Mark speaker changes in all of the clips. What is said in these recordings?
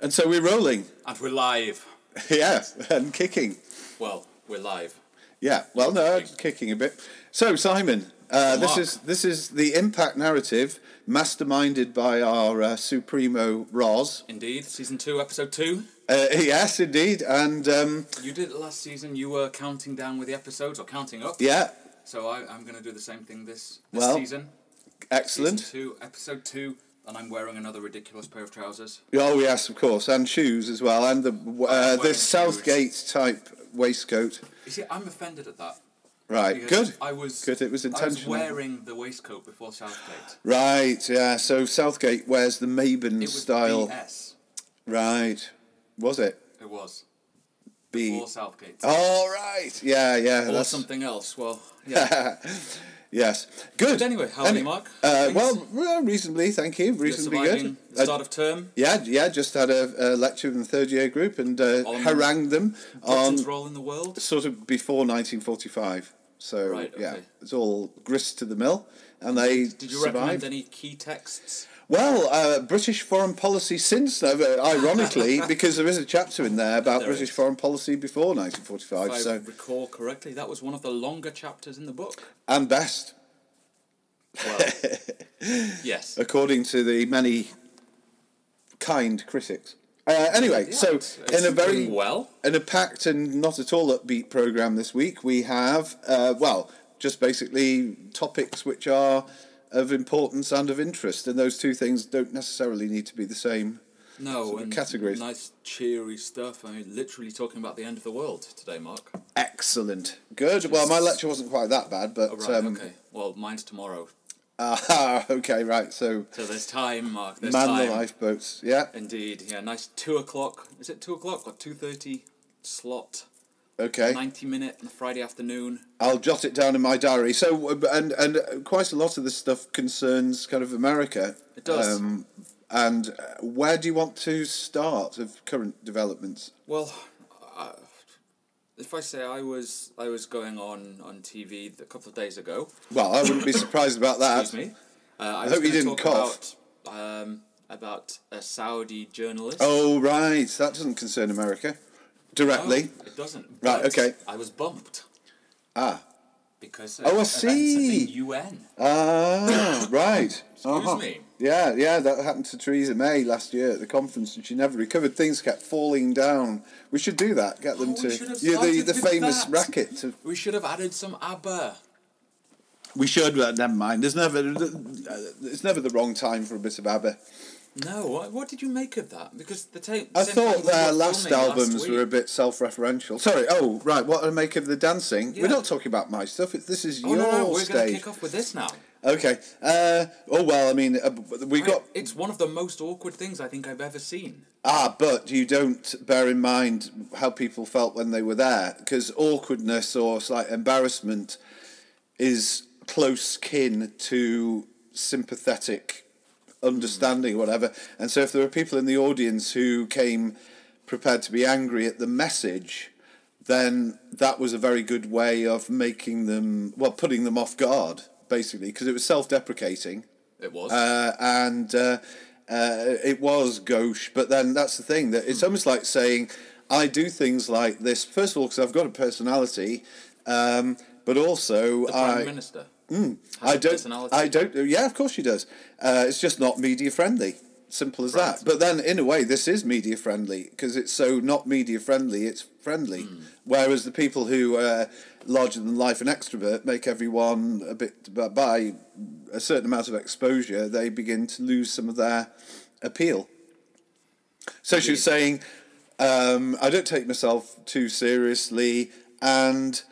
Speaker 1: And so we're rolling.
Speaker 2: And we're live.
Speaker 1: yeah, and kicking.
Speaker 2: Well, we're live.
Speaker 1: Yeah, well, no, it's kicking a bit. So, Simon, uh, this
Speaker 2: Mark.
Speaker 1: is this is the impact narrative masterminded by our uh, supremo Roz.
Speaker 2: Indeed, season two, episode two.
Speaker 1: Uh, yes, indeed, and um,
Speaker 2: You did it last season. You were counting down with the episodes or counting up.
Speaker 1: yeah,
Speaker 2: So I, I'm going to do the same thing this, this
Speaker 1: Well,
Speaker 2: season.
Speaker 1: excellent.
Speaker 2: Season two, episode two, and I'm wearing another ridiculous pair of trousers.
Speaker 1: Oh yes, of course, and shoes as well, and the uh,
Speaker 2: I'm
Speaker 1: the
Speaker 2: wearing
Speaker 1: Southgate type waistcoat.
Speaker 2: You see, I'm offended at that.
Speaker 1: Right,
Speaker 2: because
Speaker 1: good.
Speaker 2: I was,
Speaker 1: Good, it was intentional.
Speaker 2: I was wearing the waistcoat before Southgate.
Speaker 1: Right, yeah. So Southgate wears the Maben
Speaker 2: It was
Speaker 1: style.
Speaker 2: BS.
Speaker 1: Right, was it?
Speaker 2: It was.
Speaker 1: B.
Speaker 2: Before Southgate.
Speaker 1: All right. Yeah, yeah.
Speaker 2: or
Speaker 1: E. Oh, that's-
Speaker 2: something else. Well, yeah.
Speaker 1: Yes. Good.
Speaker 2: but anyway, how are
Speaker 1: Any-
Speaker 2: you, Mark?
Speaker 1: Uh,
Speaker 2: Things?
Speaker 1: well, well, reasonably, thank you.
Speaker 2: You're
Speaker 1: Reasonably good.
Speaker 2: surviving the
Speaker 1: Uh,
Speaker 2: start of term.
Speaker 1: yeah, yeah. Just had a, a lecture in the third year group and uh,
Speaker 2: On-
Speaker 1: harangued them on
Speaker 2: Britain's
Speaker 1: um,
Speaker 2: role in the world.
Speaker 1: sort of before 1945. So
Speaker 2: Right,
Speaker 1: yeah,
Speaker 2: okay.
Speaker 1: it's all grist to the mill, and they
Speaker 2: Did you
Speaker 1: survived.
Speaker 2: recommend any key texts?
Speaker 1: Well, uh, British foreign policy since, uh, ironically, because there is a chapter in there about
Speaker 2: There
Speaker 1: British
Speaker 2: is.
Speaker 1: foreign policy before
Speaker 2: If
Speaker 1: 1945.
Speaker 2: I
Speaker 1: So
Speaker 2: recall correctly, that was one of the longer chapters in the book.
Speaker 1: and best,
Speaker 2: Well, yes.
Speaker 1: according to the many kind critics. Uh, anyway,
Speaker 2: Yeah,
Speaker 1: so
Speaker 2: it's-
Speaker 1: in a
Speaker 2: it's
Speaker 1: very
Speaker 2: doing well.
Speaker 1: in a packed and not at all upbeat program this week, we have uh, well, just basically topics which are of importance and of interest, and those two things don't necessarily need to be the same.
Speaker 2: No,
Speaker 1: of
Speaker 2: and
Speaker 1: categories.
Speaker 2: nice cheery stuff. I mean, literally talking about the end of the world today, Mark. Oh,
Speaker 1: Excellent, good. Well, my lecture wasn't quite that bad, but
Speaker 2: Oh, right.
Speaker 1: um,
Speaker 2: okay. Well, mine's tomorrow.
Speaker 1: Ah, okay, right. So
Speaker 2: So there's time, Mark. There's
Speaker 1: man
Speaker 2: time.
Speaker 1: the lifeboats. Yeah.
Speaker 2: Indeed. Yeah. Nice two o'clock. Is it two o'clock or two thirty? Slot.
Speaker 1: Okay.
Speaker 2: Ninety minute on a Friday afternoon.
Speaker 1: I'll jot it down in my diary. So uh, and and quite a lot of this stuff concerns kind of America.
Speaker 2: It does.
Speaker 1: Um, and uh, where do you want to start of current developments?
Speaker 2: Well, uh, if I say I was I was going on on TV a couple of days ago.
Speaker 1: Well, I wouldn't be surprised about that.
Speaker 2: Excuse me. Uh, I, was
Speaker 1: hope you
Speaker 2: gonna
Speaker 1: didn't
Speaker 2: talk
Speaker 1: cough.
Speaker 2: About, um, about a Saudi journalist.
Speaker 1: Oh right, that doesn't concern America
Speaker 2: No,
Speaker 1: directly.
Speaker 2: it doesn't.
Speaker 1: Right,
Speaker 2: but
Speaker 1: okay.
Speaker 2: I was bumped
Speaker 1: Ah.
Speaker 2: because.
Speaker 1: I
Speaker 2: of events at
Speaker 1: see.
Speaker 2: the UN.
Speaker 1: Ah, right. Excuse
Speaker 2: Oh. me.
Speaker 1: Yeah, yeah, that happened to Theresa May last year at the conference, and she never recovered. Things kept falling down. We should do that. Get them
Speaker 2: Oh,
Speaker 1: to
Speaker 2: we should have
Speaker 1: yeah, the
Speaker 2: started
Speaker 1: the
Speaker 2: with
Speaker 1: famous
Speaker 2: that.
Speaker 1: racket. To,
Speaker 2: We should have added some ABBA.
Speaker 1: we should, but never mind. There's never uh, it's never the wrong time for a bit of ABBA.
Speaker 2: No, what, what did you make of that? Because the tape.
Speaker 1: I thought their last albums were a bit self-referential. Sorry. Oh, right. What I make of the dancing? We're
Speaker 2: Yeah.
Speaker 1: not talking about my stuff. It's, this is
Speaker 2: Oh,
Speaker 1: your
Speaker 2: no, no, we're going to
Speaker 1: stage.
Speaker 2: kick off with this now.
Speaker 1: Okay. Uh, oh well. I mean, uh, we
Speaker 2: I-
Speaker 1: got
Speaker 2: it's one of the most awkward things I think I've ever seen.
Speaker 1: Ah, but you don't bear in mind how people felt when they were there, because awkwardness or slight embarrassment is close kin to sympathetic understanding, whatever. And so, if there were people in the audience who came prepared to be angry at the message, then that was a very good way of making them, well, putting them off guard, basically, because it was self deprecating
Speaker 2: It was.
Speaker 1: uh, and uh, uh, it was gauche. But then that's the thing that it's almost like saying, I do things like this. First of all, because I've got a personality, um, but also
Speaker 2: the Prime
Speaker 1: I. Mm,
Speaker 2: Minister. has
Speaker 1: I
Speaker 2: a
Speaker 1: don't.
Speaker 2: personality.
Speaker 1: I don't. Yeah, of course she does. Uh, it's just not media friendly. Simple as that. But then, in a way, this is media friendly because it's so not media friendly. It's friendly. Whereas the people who are larger than life and extrovert make everyone a bit by- by a certain amount of exposure, they begin to lose some of their appeal. So she was saying, um, I don't take myself too seriously, and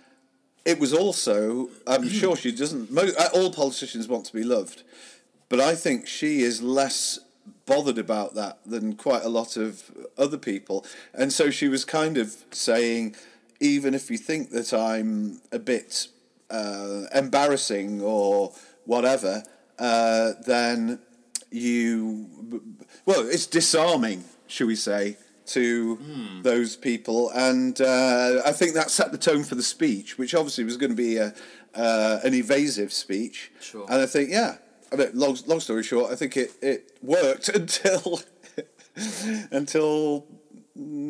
Speaker 1: it was also, I'm sure she doesn't, mo- uh, all politicians want to be loved, but I think she is less bothered about that than quite a lot of other people. And so she was kind of saying, even if you think that I'm a bit uh, embarrassing or whatever, uh, then you, well, it's disarming, should we say, to those people, and uh, I think that set the tone for the speech, which obviously was going to be a, uh, an evasive speech.
Speaker 2: Sure.
Speaker 1: And I think, yeah, I mean, long long story short, I think it it worked until until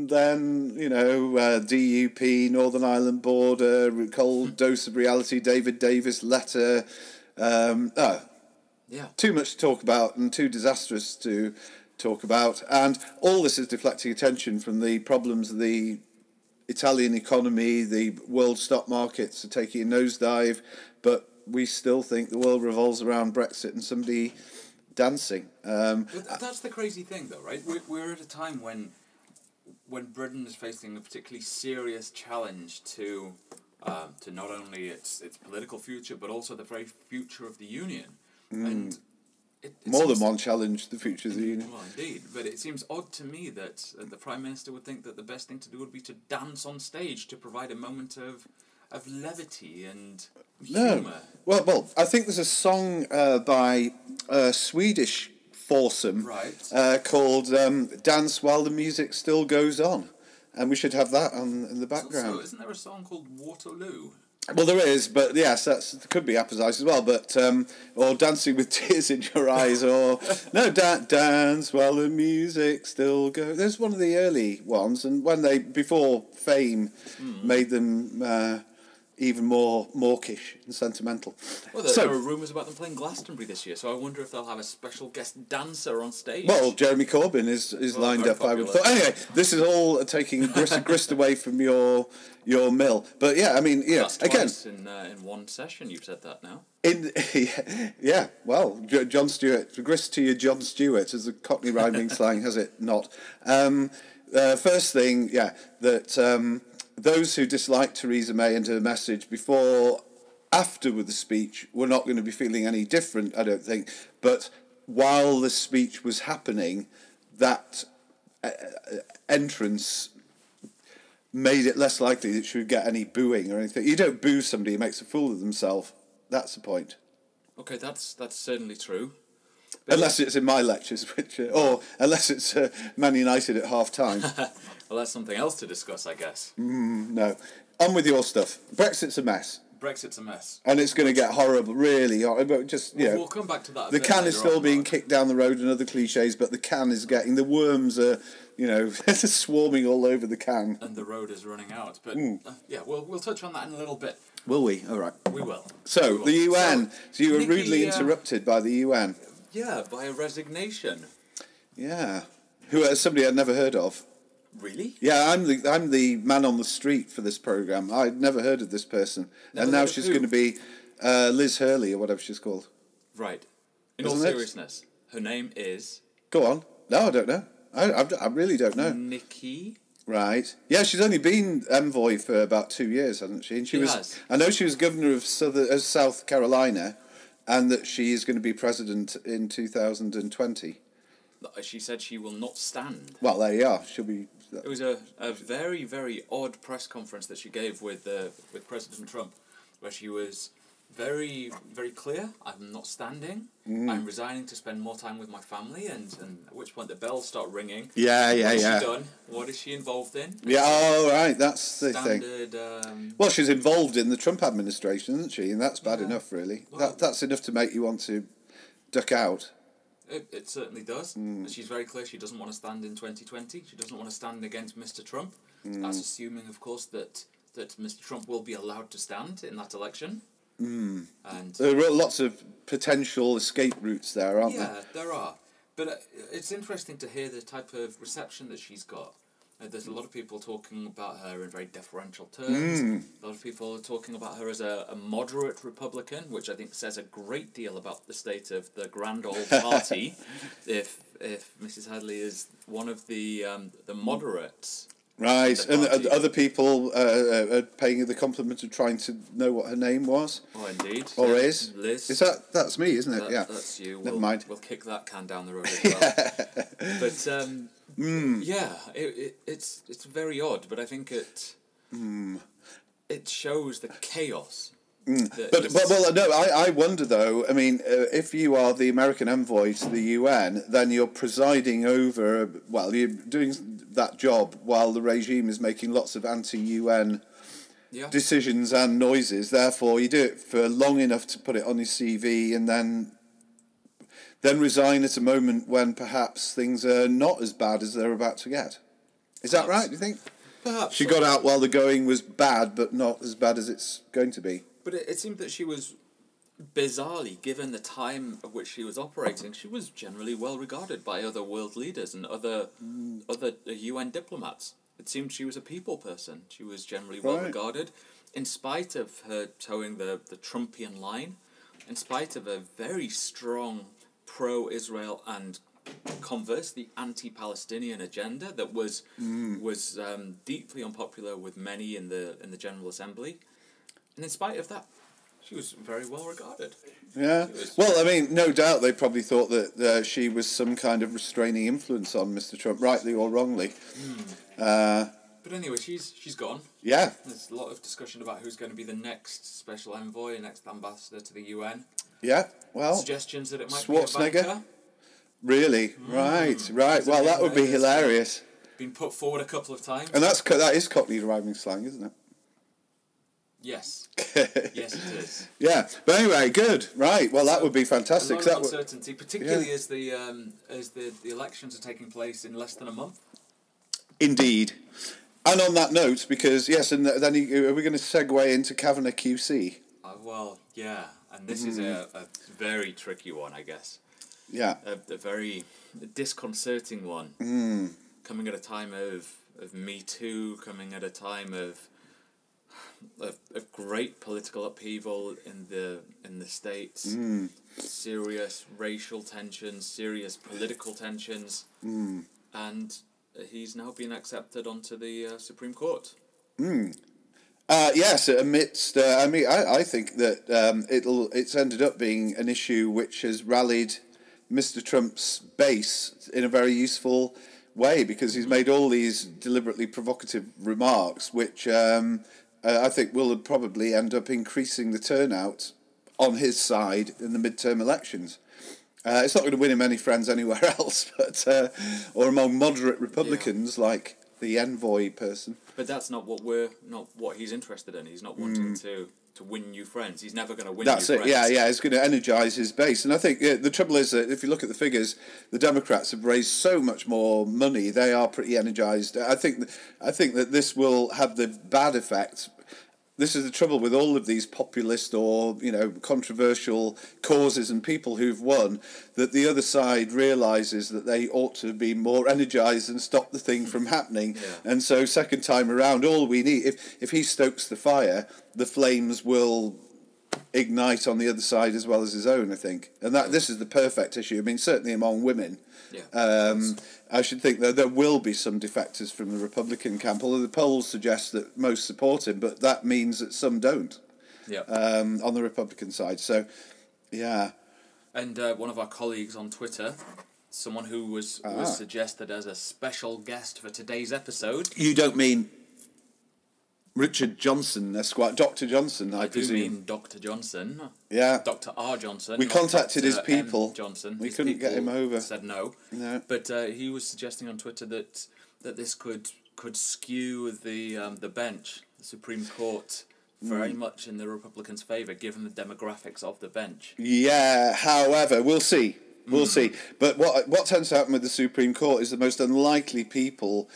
Speaker 1: then, you know, uh, DUP, Northern Ireland border, cold dose of reality, David Davis letter. Um, oh,
Speaker 2: Yeah.
Speaker 1: too much to talk about and too disastrous to talk about. And all this is deflecting attention from the problems of the Italian economy, the world stock markets are taking a nosedive, but we still think the world revolves around Brexit and somebody dancing. Um,
Speaker 2: But th- that's the crazy thing, though, right? We're, we're at a time when when Britain is facing a particularly serious challenge to um, to not only its its political future, but also the very future of the union. And it, it
Speaker 1: Mm. more than
Speaker 2: seems-
Speaker 1: one challenge, the future of the union.
Speaker 2: Well, indeed, but it seems odd to me that uh, the prime minister would think that the best thing to do would be to dance on stage to provide a moment of of levity and
Speaker 1: No.
Speaker 2: humor.
Speaker 1: Well, well, I think there's a song uh, by uh, Swedish foursome
Speaker 2: Right.
Speaker 1: uh, called um, "Dance While the Music Still Goes On," and we should have that on in the
Speaker 2: Also,
Speaker 1: background.
Speaker 2: isn't there a song called Waterloo?
Speaker 1: well, there is, but yes, that's could be appetizer as well. But um, or "Dancing with Tears in Your Eyes," or no, da- "Dance While the Music Still Goes." There's one of the early ones, and when they before fame
Speaker 2: Hmm.
Speaker 1: made them. Uh, even more mawkish and sentimental.
Speaker 2: Well, there,
Speaker 1: So-
Speaker 2: there are rumours about them playing Glastonbury this year, so I wonder if they'll have a special guest dancer on stage.
Speaker 1: Well, Jeremy Corbyn is, is
Speaker 2: Well,
Speaker 1: lined
Speaker 2: very
Speaker 1: up. I would
Speaker 2: popular.
Speaker 1: thought. Anyway, this is all taking grist, grist away from your your mill. But yeah, I mean, yeah,
Speaker 2: That's
Speaker 1: again,
Speaker 2: twice in, uh, in one session you've said that now.
Speaker 1: in yeah, well, Jo- John Stewart, grist to your John Stewart, as the Cockney rhyming slang has it not. Um, uh, first thing, yeah, that um, those who disliked Theresa May and her message before, after with the speech, were not going to be feeling any different, I don't think. But while the speech was happening, that uh, entrance made it less likely that she would get any booing or anything. You don't boo somebody who makes a fool of themselves. That's the point.
Speaker 2: Okay, that's that's certainly true.
Speaker 1: Unless it's in my lectures, which uh, or unless it's uh, Man United at half time.
Speaker 2: Well, that's something else to discuss, I guess.
Speaker 1: Mm. no, on with your stuff. Brexit's a mess,
Speaker 2: Brexit's a mess.
Speaker 1: and it's going to get horrible, really horrible. But Just you know,
Speaker 2: We'll come back to that. a
Speaker 1: the
Speaker 2: bit
Speaker 1: can
Speaker 2: later
Speaker 1: is still
Speaker 2: on,
Speaker 1: being
Speaker 2: Mark.
Speaker 1: kicked down the road and other cliches, but the can is getting the worms are, you know, swarming all over the can.
Speaker 2: and the road is running out. But
Speaker 1: Mm.
Speaker 2: uh, yeah, we'll we'll touch on that in a little bit.
Speaker 1: Will we? All right.
Speaker 2: We will.
Speaker 1: So
Speaker 2: We will.
Speaker 1: the UN. So,
Speaker 2: So,
Speaker 1: you were
Speaker 2: Nikki,
Speaker 1: rudely
Speaker 2: uh,
Speaker 1: interrupted by the UN.
Speaker 2: Yeah, by a resignation.
Speaker 1: Yeah. Who uh, somebody I'd never heard of.
Speaker 2: Really?
Speaker 1: Yeah, I'm the I'm the man on the street for this program. I'd never heard of this person,
Speaker 2: Never
Speaker 1: and now
Speaker 2: heard of
Speaker 1: she's
Speaker 2: who?
Speaker 1: going to be uh, Liz Hurley or whatever she's called.
Speaker 2: Right. In all
Speaker 1: Isn't it?
Speaker 2: seriousness, her name is
Speaker 1: Go on. No, I don't know. I I, I really don't know.
Speaker 2: Nikki.
Speaker 1: Right. Yeah, she's only been envoy for about two years, hasn't she? And she
Speaker 2: She
Speaker 1: was.
Speaker 2: has.
Speaker 1: I know she was governor of Southern of South Carolina, and that she is going to be president in two thousand and twenty.
Speaker 2: She said she will not stand.
Speaker 1: Well, there you are. She'll be.
Speaker 2: It was a, a very, very odd press conference that she gave with, uh, with President Trump, where she was very, very clear I'm not standing, I'm resigning to spend more time with my family, and, and at which point the bells start ringing.
Speaker 1: Yeah, yeah,
Speaker 2: What has
Speaker 1: yeah.
Speaker 2: she done? What is she involved in?
Speaker 1: Yeah. All right. That's the thing.
Speaker 2: Standard. Um,
Speaker 1: Well, she's involved in the Trump administration, isn't she? And that's bad enough, really.
Speaker 2: Well-
Speaker 1: That that's enough to make you want to duck out.
Speaker 2: it, it certainly does. And she's very clear she doesn't want to stand in 2020. She doesn't want to stand against Mr. Trump. That's assuming, of course, that, that Mr. Trump will be allowed to stand in that election. And
Speaker 1: There are lots of potential escape routes there, aren't
Speaker 2: Yeah, there are. But uh, it's interesting to hear the type of reception that she's got. Uh, there's a lot of people talking about her in very deferential terms.
Speaker 1: Hmm.
Speaker 2: A lot of people are talking about her as a, a moderate Republican, which I think says a great deal about the state of the grand old party. if if Mrs. Hadley is one of the um, the moderates,
Speaker 1: there? Right,
Speaker 2: The
Speaker 1: and
Speaker 2: party.
Speaker 1: uh, other people uh, uh, are paying her the compliment of trying to know what her name was
Speaker 2: oh indeed,
Speaker 1: or
Speaker 2: yeah,
Speaker 1: is.
Speaker 2: Liz
Speaker 1: Is that that's me, isn't it?
Speaker 2: That-
Speaker 1: yeah.
Speaker 2: That's you. We'll,
Speaker 1: Never mind.
Speaker 2: We'll kick that can down the road as well. but um,
Speaker 1: Hmm.
Speaker 2: yeah, it, it, it's it's very odd, but I think it
Speaker 1: Hmm.
Speaker 2: it shows the chaos. that
Speaker 1: But,
Speaker 2: is-
Speaker 1: but well, no, I, I wonder though. I mean, uh, if you are the American envoy to the UN, then you're presiding over. Well, you're doing that job while the regime is making lots of anti-UN
Speaker 2: yeah,
Speaker 1: decisions and noises. Therefore, you do it for long enough to put it on your CV, and then then resign at a moment when perhaps things are not as bad as they're about to get. Is that right? Do you think
Speaker 2: Perhaps
Speaker 1: she got out while the going was bad, but not as bad as it's going to be?
Speaker 2: But it, it seemed that she was bizarrely, given the time at which she was operating, she was generally well regarded by other world leaders and other other uh, UN diplomats. It seemed she was a people person. She was generally well
Speaker 1: Right.
Speaker 2: regarded, in spite of her towing the, the Trumpian line, in spite of a very strong pro Israel and conversely anti Palestinian agenda that was was um, deeply unpopular with many in the in the General Assembly. And in spite of that, she was very well regarded.
Speaker 1: Yeah. Well, I mean, no doubt they probably thought that uh, she was some kind of restraining influence on Mr. Trump, rightly or wrongly.
Speaker 2: But anyway, she's she's gone.
Speaker 1: Yeah.
Speaker 2: There's a lot of discussion about who's going to be the next special envoy, next ambassador to the UN.
Speaker 1: Yeah. Well,
Speaker 2: Suggestions that it might be
Speaker 1: Oh. Schwarzenegger?
Speaker 2: Ivanka.
Speaker 1: really. Right. Right.
Speaker 2: Isn't
Speaker 1: Well,
Speaker 2: it
Speaker 1: that would be
Speaker 2: hilarious?
Speaker 1: hilarious.
Speaker 2: Been put forward a couple of times.
Speaker 1: And that's co- that is Cockney deriving slang, isn't it?
Speaker 2: yes. yes, it is.
Speaker 1: Yeah. But anyway, good. Right. Well, that
Speaker 2: So,
Speaker 1: would be
Speaker 2: A
Speaker 1: fantastic.
Speaker 2: lot of
Speaker 1: That would,
Speaker 2: uncertainty, particularly as the um, as the, the elections are taking place in less than a month.
Speaker 1: indeed. And on that note, because yes, and th- then you, are we going to segue into Kavanaugh QC?
Speaker 2: Uh, well, yeah, and this is a, a very tricky one, I guess.
Speaker 1: Yeah.
Speaker 2: a, a very disconcerting one.
Speaker 1: Mm.
Speaker 2: Coming at a time of, of Me Too, coming at a time of, of of great political upheaval in the in the states,
Speaker 1: Mm.
Speaker 2: serious racial tensions, serious political tensions,
Speaker 1: Mm.
Speaker 2: and he's now been accepted onto the uh, Supreme Court.
Speaker 1: Uh, yes, amidst uh, I mean I, I think that um, it'll it's ended up being an issue which has rallied Mr. Trump's base in a very useful way because he's made all these deliberately provocative remarks, which um, uh, I think will probably end up increasing the turnout on his side in the midterm elections. Uh, it's not going to win him any friends anywhere else, but uh, or among moderate Republicans like the envoy person.
Speaker 2: But that's not what we're not what he's interested in. He's not wanting to to win new friends. He's never going to win.
Speaker 1: Mm. That's
Speaker 2: new
Speaker 1: it.
Speaker 2: Friends.
Speaker 1: Yeah, yeah. It's going to energise his base, and I think yeah, the trouble is that if you look at the figures, the Democrats have raised so much more money. They are pretty energised. I think. I think that this will have the bad effect. This is the trouble with all of these populist or you know controversial causes and people who've won that the other side realizes that they ought to be more energized and stop the thing from happening.
Speaker 2: Yeah.
Speaker 1: And so second time around, all we need if if he stokes the fire, the flames will ignite on the other side as well as his own, I think. And that this is the perfect issue. I mean, certainly among women.
Speaker 2: Yeah.
Speaker 1: Um, I should think that there will be some defectors from the Republican camp, although the polls suggest that most support him, but that means that some don't
Speaker 2: Yeah.
Speaker 1: um, on the Republican side. So, yeah.
Speaker 2: And uh, one of our colleagues on Twitter, someone who was
Speaker 1: Ah.
Speaker 2: was suggested as a special guest for today's episode.
Speaker 1: You don't mean Richard Johnson, Esquire, Dr. Johnson, I,
Speaker 2: I do
Speaker 1: presume.
Speaker 2: mean Dr. Johnson.
Speaker 1: Yeah.
Speaker 2: Dr. R. Johnson.
Speaker 1: We
Speaker 2: not
Speaker 1: contacted
Speaker 2: Dr.
Speaker 1: his
Speaker 2: M.
Speaker 1: people.
Speaker 2: Johnson.
Speaker 1: We
Speaker 2: His
Speaker 1: couldn't get
Speaker 2: people
Speaker 1: him over.
Speaker 2: Said no.
Speaker 1: No.
Speaker 2: But uh, he was suggesting on Twitter that that this could could skew the um, the bench, the Supreme Court, very
Speaker 1: Mm.
Speaker 2: much in the Republicans' favour, given the demographics of the bench.
Speaker 1: Yeah, however, we'll see. We'll see. But what what tends to happen with the Supreme Court is the most unlikely people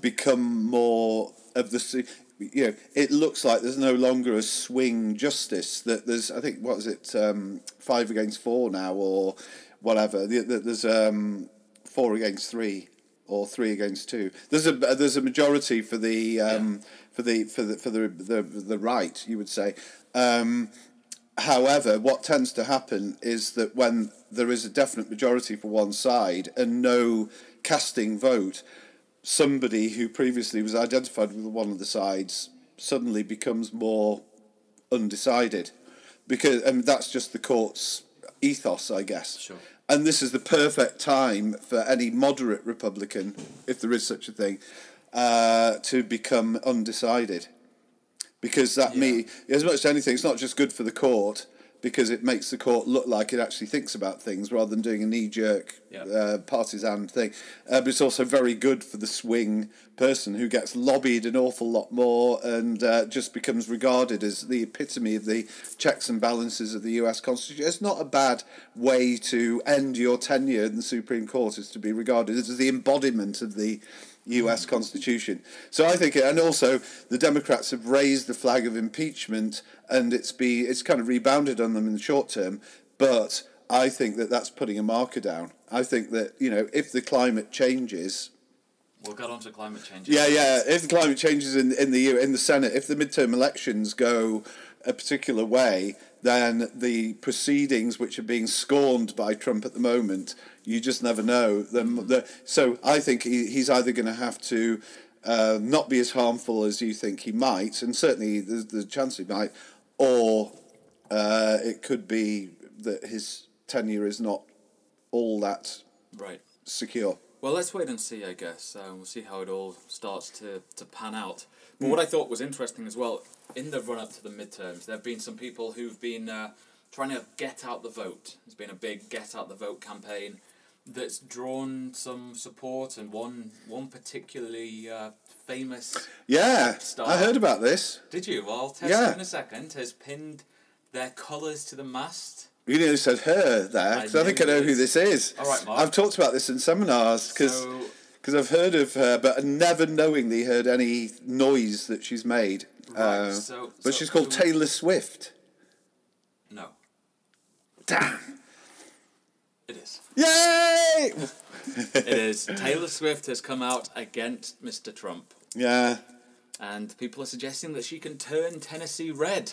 Speaker 1: become more of the su- you know, it looks like there's no longer a swing justice that there's I think what is it um, 5 against 4 now or whatever. The- the- There's um 4 against 3 or 3 against 2. There's a there's a majority for the um for the for the for the the, the right, you would say. Um However, what tends to happen is that when there is a definite majority for one side and no casting vote, somebody who previously was identified with one of the sides suddenly becomes more undecided because and that's just the court's ethos, I guess.
Speaker 2: Sure.
Speaker 1: And this is the perfect time for any moderate Republican, if there is such a thing, uh, to become undecided because that me as much as anything, it's not just good for the court because it makes the court look like it actually thinks about things rather than doing a knee jerk
Speaker 2: Yeah.
Speaker 1: uh, partisan thing. Uh, but it's also very good for the swing person who gets lobbied an awful lot more and uh, just becomes regarded as the epitome of the checks and balances of the US Constitution. It's not a bad way to end your tenure in the Supreme Court, is to be regarded as the embodiment of the. US Constitution. So I think, and also the Democrats have raised the flag of impeachment, and it's be it's kind of rebounded on them in the short term. But I think that that's putting a marker down. I think that you know if the climate changes,
Speaker 2: We'll get on to climate change.
Speaker 1: yeah, yeah, if the climate changes in in the U- in the Senate, if the midterm elections go a particular way, then the proceedings which are being scorned by Trump at the moment, you just never know. Them, the, so I think he, he's either going to have to. Uh, not be as harmful as you think he might, and certainly there's the chance he might, or uh, it could be that his tenure is not all that
Speaker 2: Right.
Speaker 1: secure.
Speaker 2: Well, let's wait and see, I guess. Um, we'll see how it all starts to, to pan out.
Speaker 1: Hmm.
Speaker 2: But what I thought was interesting as well, in the run up to the midterms, there have been some people who've been uh, trying to get out the vote. There's been a big get out the vote campaign that's drawn some support, and one, one particularly uh, famous.
Speaker 1: Yeah,
Speaker 2: Star.
Speaker 1: I heard about this.
Speaker 2: Did you? Well, I'll test
Speaker 1: Yeah.
Speaker 2: it in a second. Has pinned their colours to the mast.
Speaker 1: You nearly said her there,
Speaker 2: I
Speaker 1: because I, think I
Speaker 2: knew
Speaker 1: know who
Speaker 2: it.
Speaker 1: this is.
Speaker 2: All right, Mark.
Speaker 1: I've talked about this in seminars because
Speaker 2: So-
Speaker 1: I've heard of her, but I never knowingly heard any noise that she's made. Um,
Speaker 2: Right, so-
Speaker 1: but
Speaker 2: so
Speaker 1: she's called
Speaker 2: who-
Speaker 1: Taylor Swift.
Speaker 2: No,
Speaker 1: Damn!
Speaker 2: it is.
Speaker 1: Yay!
Speaker 2: it is. Taylor Swift has come out against Mr. Trump.
Speaker 1: Yeah.
Speaker 2: and people are suggesting that she can turn Tennessee red,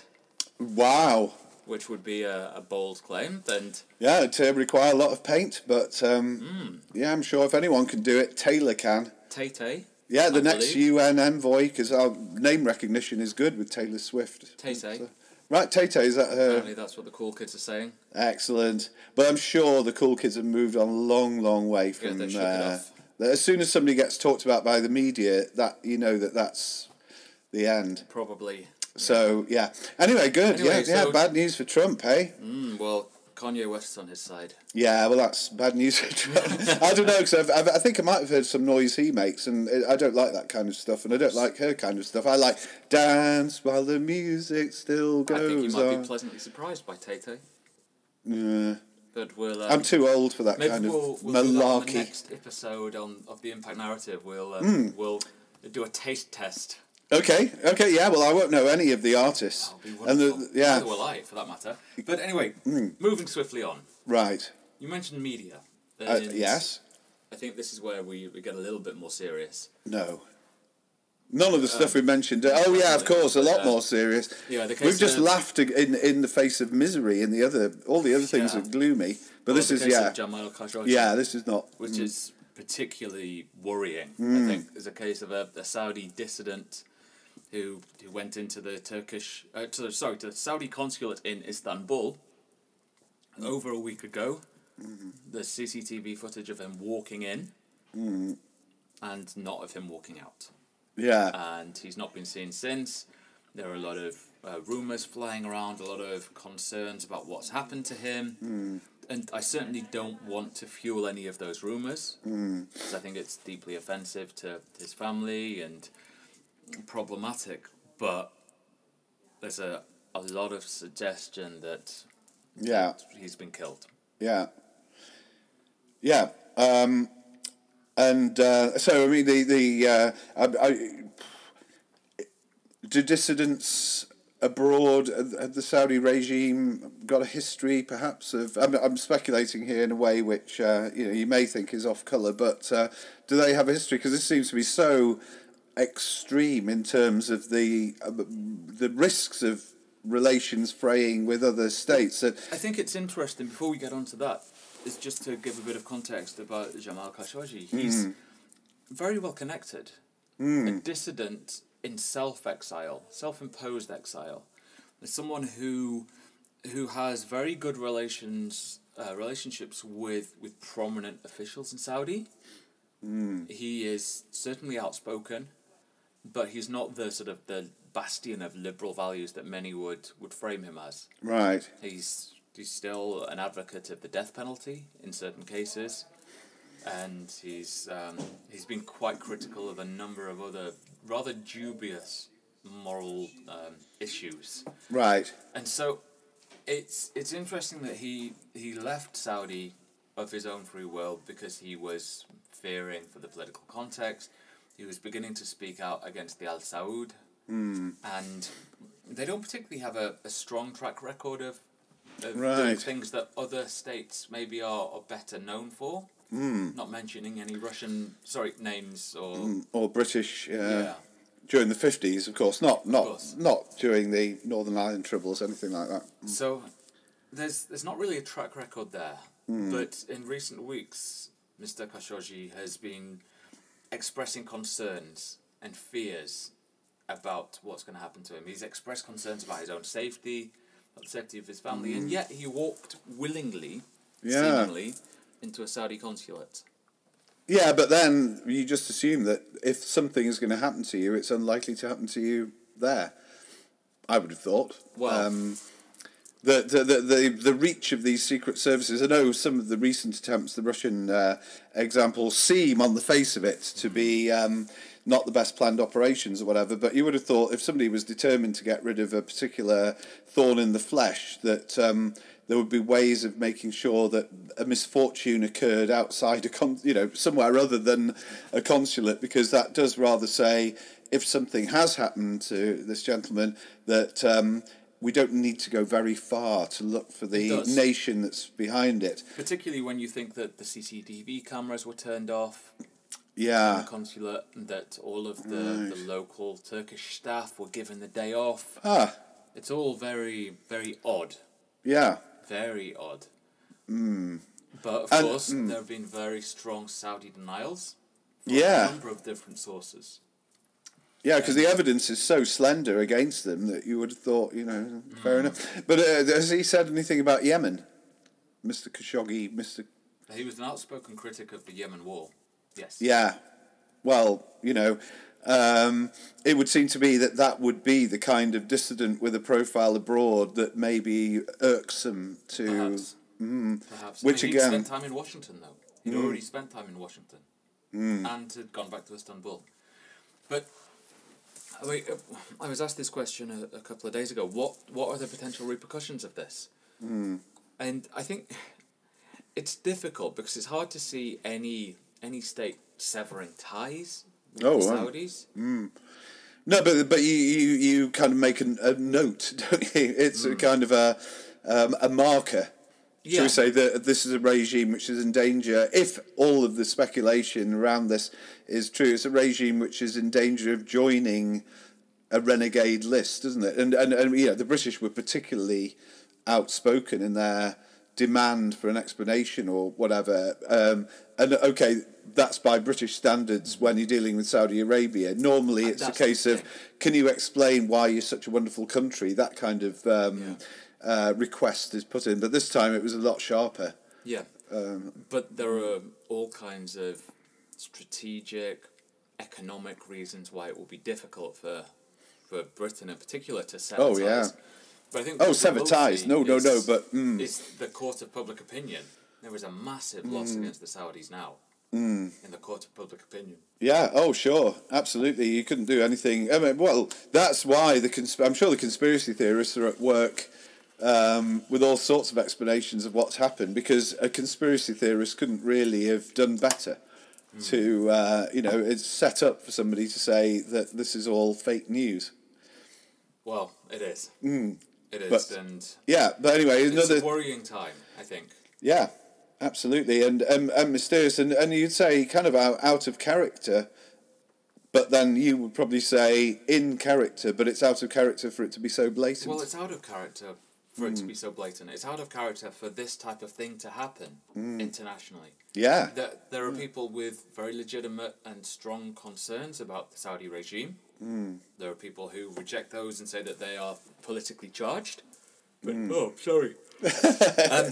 Speaker 1: Wow.
Speaker 2: which would be a, a bold claim. And
Speaker 1: Yeah, it uh, require a lot of paint, but um,
Speaker 2: Hmm.
Speaker 1: yeah, I'm sure if anyone can do it, Taylor can.
Speaker 2: Tay Tay,
Speaker 1: Yeah, the
Speaker 2: I
Speaker 1: next
Speaker 2: believe.
Speaker 1: UN envoy, because our name recognition is good with Taylor Swift.
Speaker 2: Tay Tay,
Speaker 1: Right, Tay Tay, is that her?
Speaker 2: apparently that's what the cool kids are saying.
Speaker 1: Excellent. But I'm sure the cool kids have moved on a long, long way from.
Speaker 2: they shook it
Speaker 1: uh,
Speaker 2: off.
Speaker 1: that as soon as somebody gets talked about by the media, that you know that that's the end.
Speaker 2: Probably.
Speaker 1: So yeah. Anyway, good.
Speaker 2: Anyway,
Speaker 1: yeah, yeah.
Speaker 2: so-
Speaker 1: Bad news for Trump, hey.
Speaker 2: Mm, well, Kanye West's on his side.
Speaker 1: Yeah, well, that's bad news for Trump. I don't know because I've, I've, I think I might have heard some noise he makes, and I- I don't like that kind of stuff, and I don't like her kind of stuff. I like dance while the music still
Speaker 2: I think you
Speaker 1: goes uh,
Speaker 2: might
Speaker 1: on.
Speaker 2: be pleasantly surprised by Tay Tay,
Speaker 1: yeah.
Speaker 2: but we'll. Um,
Speaker 1: I'm too old for that
Speaker 2: maybe
Speaker 1: kind
Speaker 2: we'll,
Speaker 1: of
Speaker 2: we'll do that on the
Speaker 1: malarkey.
Speaker 2: next episode on of the Impact Narrative. We'll um,
Speaker 1: Hmm.
Speaker 2: we'll do a taste test.
Speaker 1: Okay, okay, yeah. Well, I won't know any of the artists,
Speaker 2: That'll be
Speaker 1: and
Speaker 2: wonderful.
Speaker 1: the, yeah, Hmm.
Speaker 2: Neither will I, for that matter. But anyway, moving swiftly on.
Speaker 1: right.
Speaker 2: You mentioned media.
Speaker 1: Uh,
Speaker 2: and
Speaker 1: yes,
Speaker 2: I think this is where we, we get a little bit more serious.
Speaker 1: no. None of
Speaker 2: Uh,
Speaker 1: the stuff we mentioned. Oh yeah, of course, a lot more serious.
Speaker 2: Yeah, the case
Speaker 1: We've just
Speaker 2: of-
Speaker 1: laughed in in the face of misery, and the other all the other things
Speaker 2: Yeah.
Speaker 1: are gloomy. But
Speaker 2: Well,
Speaker 1: this
Speaker 2: the
Speaker 1: is
Speaker 2: case
Speaker 1: yeah,
Speaker 2: of Jamal Khashoggi,
Speaker 1: yeah. Mm. This is not.
Speaker 2: which is particularly worrying.
Speaker 1: Mm.
Speaker 2: I think is a case of a, a Saudi dissident who who went into the Turkish, uh, to the, sorry, to the Saudi consulate in Istanbul
Speaker 1: Mm.
Speaker 2: over a week ago.
Speaker 1: Mm-hmm.
Speaker 2: The CCTV footage of him walking in,
Speaker 1: Mm.
Speaker 2: and not of him walking out.
Speaker 1: Yeah,
Speaker 2: and he's not been seen since. There are a lot of uh, rumours flying around, a lot of concerns about what's happened to him. And I certainly don't want to fuel any of those rumours because I think it's deeply offensive to his family and problematic. But there's a, a lot of suggestion that
Speaker 1: yeah,
Speaker 2: he's been killed.
Speaker 1: yeah, yeah. Um, and uh, so I mean the the uh, I, I, do dissidents abroad uh, had the Saudi regime got a history perhaps of I'm, I'm speculating here in a way which uh, you know you may think is off color but uh, do they have a history because this seems to be so extreme in terms of the uh, the risks of relations fraying with other states that
Speaker 2: I think it's interesting. Before we get on to that, is just to give a bit of context about Jamal Khashoggi. He's very well connected, a dissident in self exile, self imposed exile, someone who who has very good relations uh, relationships with with prominent officials in Saudi. He is certainly outspoken, but he's not the sort of the bastion of liberal values that many would would frame him as.
Speaker 1: right
Speaker 2: He's he's still an advocate of the death penalty in certain cases. and he's um, he's been quite critical of a number of other rather dubious moral um, issues.
Speaker 1: Right.
Speaker 2: And so, it's it's interesting that he he left Saudi of his own free will because he was fearing for the political context. He was beginning to speak out against the Al Saud, and they don't particularly have a, a strong track record of. Of doing
Speaker 1: Right.
Speaker 2: things that other states maybe are, are better known for not mentioning any Russian sorry names or
Speaker 1: Or British. Uh,
Speaker 2: yeah
Speaker 1: During the fifties, of course, not not
Speaker 2: course.
Speaker 1: not during the Northern Ireland Troubles, anything like that.
Speaker 2: so there's there's not really a track record there
Speaker 1: Hmm.
Speaker 2: but in recent weeks Mr Khashoggi has been expressing concerns and fears about what's going to happen to him he's expressed concerns about his own safety about the safety of his family and yet he walked willingly
Speaker 1: Hmm. Yeah.
Speaker 2: seemingly into a Saudi consulate
Speaker 1: Yeah, but then you just assume that if something is going to happen to you, it's unlikely to happen to you there. I would have thought.
Speaker 2: Well-
Speaker 1: um, the, the, the, the, the reach of these secret services. I know some of the recent attempts, the Russian uh, example, seem on the face of it to be um, not the best planned operations or whatever, but you would have thought if somebody was determined to get rid of a particular thorn in the flesh, that um, there would be ways of making sure that a misfortune occurred outside a con- you know somewhere other than a consulate, because that does rather say if something has happened to this gentleman that. Um, we don't need to go very far to look for the
Speaker 2: does.
Speaker 1: nation that's behind it.
Speaker 2: particularly when you think that the CCTV cameras were turned off
Speaker 1: Yeah.
Speaker 2: the consulate and that all of the, the local Turkish staff were given the day off.
Speaker 1: Ah,
Speaker 2: It's all very, very odd.
Speaker 1: yeah.
Speaker 2: Very odd. But of
Speaker 1: Hmm. And- hmm.
Speaker 2: course, there have been very strong Saudi denials from a
Speaker 1: Yeah.
Speaker 2: number of different sources.
Speaker 1: Yeah, because the evidence is so slender against them that you would have thought, you know,
Speaker 2: Mm.
Speaker 1: fair enough. But uh, has he said anything about Yemen? Mr. Khashoggi, Mr.
Speaker 2: He was an outspoken critic of the Yemen war. Yes.
Speaker 1: Yeah. Well, you know, um, it would seem to me that that would be the kind of dissident with a profile abroad that may be irksome to. mm,
Speaker 2: Perhaps. Perhaps.
Speaker 1: Which
Speaker 2: I mean,
Speaker 1: again- Mm.
Speaker 2: He'd spent time in Washington, though. He'd already spent time in Washington and had gone back to Istanbul. But I, mean, uh, I was asked this question a, a couple of days ago what, what are the potential repercussions of this?
Speaker 1: Mm.
Speaker 2: And I think it's difficult because it's hard to see any any state severing ties with
Speaker 1: Oh,
Speaker 2: the
Speaker 1: wow.
Speaker 2: Saudis.
Speaker 1: No, but but you, you, you kind of make an, a note, don't you? It's a kind of a um, a marker. Should
Speaker 2: Yeah.
Speaker 1: we say that this is a regime which is in danger? If all of the speculation around this is true, it's a regime which is in danger of joining a renegade list, isn't it? And and, and you know, the British were particularly outspoken in their demand for an explanation or whatever. Um, and okay, that's by British standards when you're dealing with Saudi Arabia. Normally, it's a
Speaker 2: that's the
Speaker 1: case of
Speaker 2: thing.
Speaker 1: can you explain why you're such a wonderful country? That kind of um, uh, request is put in, but this time it was a lot sharper.
Speaker 2: Yeah.
Speaker 1: Um,
Speaker 2: but there are all kinds of strategic, economic reasons why it will be difficult for for Britain in particular to sever
Speaker 1: Oh,
Speaker 2: ties.
Speaker 1: yeah.
Speaker 2: But I think
Speaker 1: Oh,
Speaker 2: what
Speaker 1: sever
Speaker 2: we'll
Speaker 1: ties.
Speaker 2: see
Speaker 1: No, no, no,
Speaker 2: is-
Speaker 1: but, mm.
Speaker 2: is the court of public opinion. There is a massive loss
Speaker 1: Mm.
Speaker 2: against the Saudis now in the court of public opinion.
Speaker 1: Yeah. Oh, sure. Absolutely. You couldn't do anything. I mean, well, that's why the consp- I'm sure the conspiracy theorists are at work um, with all sorts of explanations of what's happened because a conspiracy theorist couldn't really have done better. To uh, you know, it's set up for somebody to say that this is all fake news.
Speaker 2: Well, it is. It is,
Speaker 1: Mm. But
Speaker 2: and
Speaker 1: Yeah. But anyway,
Speaker 2: it's
Speaker 1: another
Speaker 2: a worrying time. I think.
Speaker 1: Yeah, absolutely, and and, and mysterious, and, and you'd say kind of out, out of character, but then you would probably say in character, but it's out of character for it to be so blatant.
Speaker 2: Well, it's out of character for it to be so blatant. It's out of character for this type of thing to happen internationally.
Speaker 1: yeah,
Speaker 2: There, there are people with very legitimate and strong concerns about the Saudi regime. There are people who reject those and say that they are politically charged. But, Oh, sorry. um,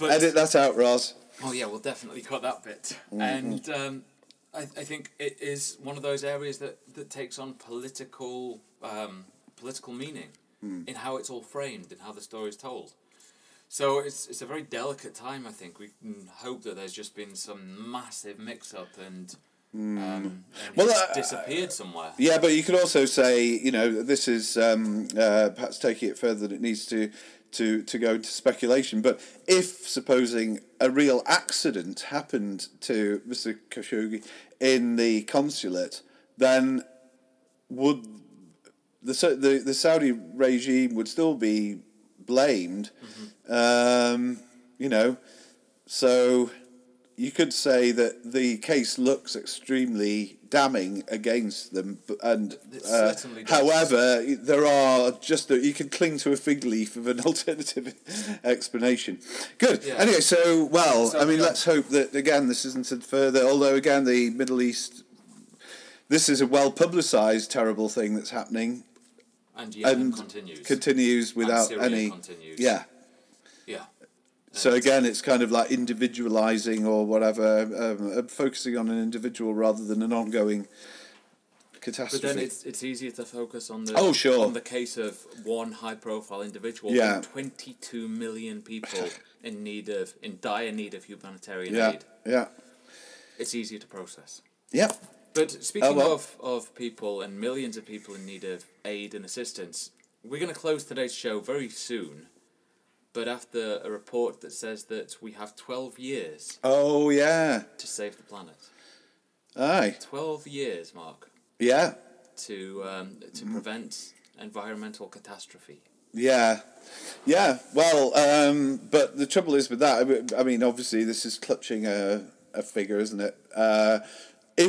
Speaker 2: but,
Speaker 1: edit that out, Roz.
Speaker 2: Oh yeah, we'll definitely cut that bit.
Speaker 1: Mm-hmm.
Speaker 2: And um, I, I think it is one of those areas that, that takes on political
Speaker 1: Hmm.
Speaker 2: um, political meaning in how it's all framed and how the story is told. So it's it's a very delicate time. I think we can hope that there's just been some massive mix-up and, um, and
Speaker 1: Hmm. Well,
Speaker 2: he's
Speaker 1: uh,
Speaker 2: disappeared somewhere.
Speaker 1: Yeah, but you could also say, you know, this is um, uh, perhaps taking it further than it needs to, to, to go into speculation. But if, supposing a real accident happened to Mr. Khashoggi in the consulate, then would the Sa- the, the Saudi regime would still be blamed, um, you know. So you could say that the case looks extremely damning against them, b- and
Speaker 2: It
Speaker 1: uh,
Speaker 2: certainly does.
Speaker 1: however, there are just that you can cling to a fig leaf of an alternative explanation. Good.
Speaker 2: Yeah.
Speaker 1: Anyway, so well,
Speaker 2: So
Speaker 1: I mean,
Speaker 2: we got-
Speaker 1: let's hope that again this isn't a further. Although again, the Middle East. This is a well publicised terrible thing that's happening
Speaker 2: And Yemen
Speaker 1: and
Speaker 2: continues.
Speaker 1: continues without
Speaker 2: Syria
Speaker 1: any
Speaker 2: continues.
Speaker 1: yeah
Speaker 2: yeah.
Speaker 1: so again it's kind of like individualizing or whatever um, uh, focusing on an individual rather than an ongoing
Speaker 2: But
Speaker 1: catastrophe
Speaker 2: then it's it's easier to focus on the
Speaker 1: Oh, sure.
Speaker 2: on the case of one high profile individual
Speaker 1: Yeah.
Speaker 2: twenty two million people in need of in dire need of humanitarian
Speaker 1: yeah
Speaker 2: aid.
Speaker 1: yeah
Speaker 2: It's easier to process.
Speaker 1: yeah
Speaker 2: But speaking
Speaker 1: Oh, well.
Speaker 2: of, of people and millions of people in need of aid and assistance, we're going to close today's show very soon. But after a report that says that we have 12 years
Speaker 1: oh yeah
Speaker 2: to save the planet.
Speaker 1: aye
Speaker 2: 12 years, Mark,
Speaker 1: yeah
Speaker 2: to, um,
Speaker 1: Mm-hmm.
Speaker 2: to prevent environmental catastrophe.
Speaker 1: Yeah, yeah. Well, um, but the trouble is with that. I mean- I mean, obviously, this is clutching a, a figure, isn't it? Uh,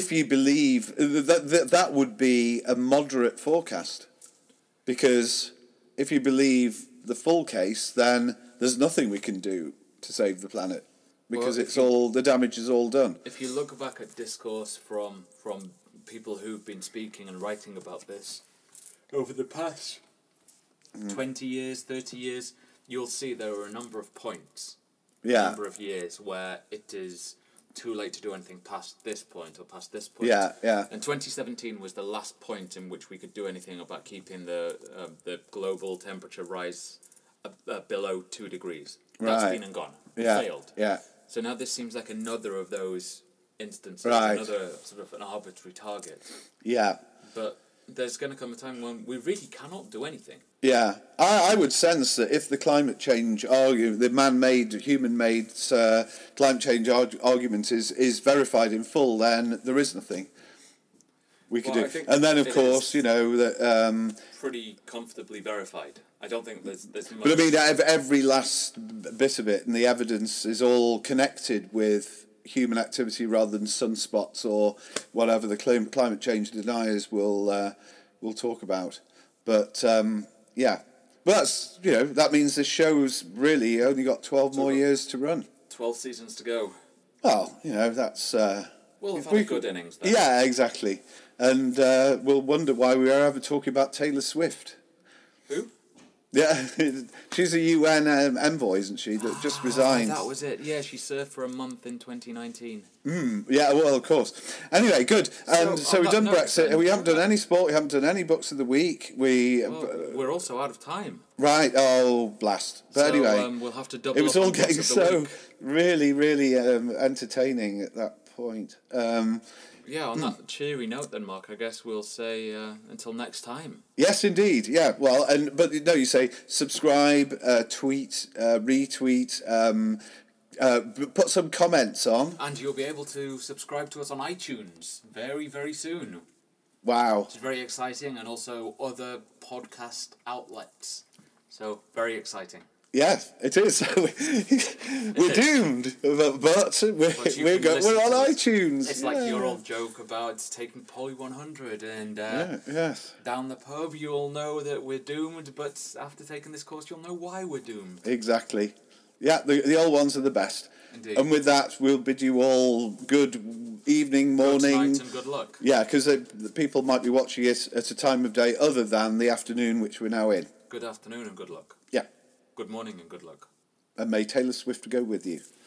Speaker 1: if you believe that, that that would be a moderate forecast, because if you believe the full case, then there's nothing we can do to save the planet because
Speaker 2: Well, if
Speaker 1: it's
Speaker 2: you-
Speaker 1: all the damage is all done.
Speaker 2: If you look back at discourse from, from people who've been speaking and writing about this over the past
Speaker 1: Mm.
Speaker 2: 20 years, 30 years, you'll see there are a number of points.
Speaker 1: Yeah,
Speaker 2: number of years where it is too late to do anything past this point or past this point.
Speaker 1: yeah, yeah,
Speaker 2: And 2017 was the last point in which we could do anything about keeping the um, the global temperature rise uh, uh, below two degrees. That's
Speaker 1: Right.
Speaker 2: been and gone.
Speaker 1: yeah,
Speaker 2: Failed.
Speaker 1: yeah.
Speaker 2: So now this seems like another of those instances,
Speaker 1: Right.
Speaker 2: another sort of an arbitrary target.
Speaker 1: yeah.
Speaker 2: But there's going to come a time when we really cannot do anything.
Speaker 1: Yeah, I, I would sense that if the climate change argument, the man-made, human-made uh, climate change arg- argument is is verified in full, then there is nothing we could
Speaker 2: Well, I
Speaker 1: do.
Speaker 2: think
Speaker 1: And then, of
Speaker 2: it
Speaker 1: course,
Speaker 2: is-
Speaker 1: you know that. Um,
Speaker 2: Pretty comfortably verified. I don't think there's there's much.
Speaker 1: but I mean, ev- every last b- bit of it and the evidence is all connected with human activity rather than sunspots or whatever the clim- climate change deniers will uh, will talk about. But um, yeah, well, that's you know that means this show's really only got twelve more years to run.
Speaker 2: Twelve seasons to go.
Speaker 1: Well, you know that's. Uh,
Speaker 2: Well,
Speaker 1: if
Speaker 2: have
Speaker 1: we
Speaker 2: had a
Speaker 1: could-
Speaker 2: good innings. Then.
Speaker 1: yeah, exactly. And uh, we'll wonder why we are ever talking about Taylor Swift.
Speaker 2: Who?
Speaker 1: Yeah, she's a UN um, envoy, isn't she? That just resigned.
Speaker 2: Oh, That was it. Yeah, she served for a month in 2019.
Speaker 1: Yeah, well, of course. Anyway, good. And so,
Speaker 2: on
Speaker 1: we've
Speaker 2: that
Speaker 1: done
Speaker 2: note,
Speaker 1: Brexit.
Speaker 2: then-
Speaker 1: we haven't done any sport. We haven't done any books of the week. We
Speaker 2: Well, we're also out of time.
Speaker 1: right. Oh, blast! uh, But
Speaker 2: so,
Speaker 1: anyway,
Speaker 2: um, we'll have to double.
Speaker 1: it was
Speaker 2: up
Speaker 1: all
Speaker 2: on books
Speaker 1: getting
Speaker 2: of the
Speaker 1: so
Speaker 2: week.
Speaker 1: really, really um, entertaining at that point. Um,
Speaker 2: Yeah, on that cheery note, then, Mark, I guess we'll say uh, until next time.
Speaker 1: yes, indeed. Yeah. Well, and but no, you say subscribe, uh, tweet, uh, retweet. Um, uh, b- put some comments on.
Speaker 2: And you'll be able to subscribe to us on iTunes very, very soon, which
Speaker 1: Wow.
Speaker 2: is very exciting, and also other podcast outlets. So, very exciting.
Speaker 1: Yeah, it is. we're doomed, but, but we're,
Speaker 2: But you
Speaker 1: we're,
Speaker 2: can
Speaker 1: go- we're
Speaker 2: listen
Speaker 1: on
Speaker 2: to this.
Speaker 1: iTunes.
Speaker 2: It's like your
Speaker 1: yeah.
Speaker 2: old joke about taking Poly 100 and. Uh,
Speaker 1: Yeah, yes,
Speaker 2: down the pub, you'll know that we're doomed, but after taking this course, you'll know why we're doomed.
Speaker 1: exactly. Yeah, the, the old ones are the best.
Speaker 2: Indeed.
Speaker 1: And with that, we'll bid you all good evening,
Speaker 2: Good
Speaker 1: morning.
Speaker 2: night and good luck.
Speaker 1: yeah, because the people might be watching it at a time of day other than the afternoon which we're now in.
Speaker 2: Good afternoon and good luck.
Speaker 1: Yeah,
Speaker 2: Good morning and good luck.
Speaker 1: and may Taylor Swift go with you.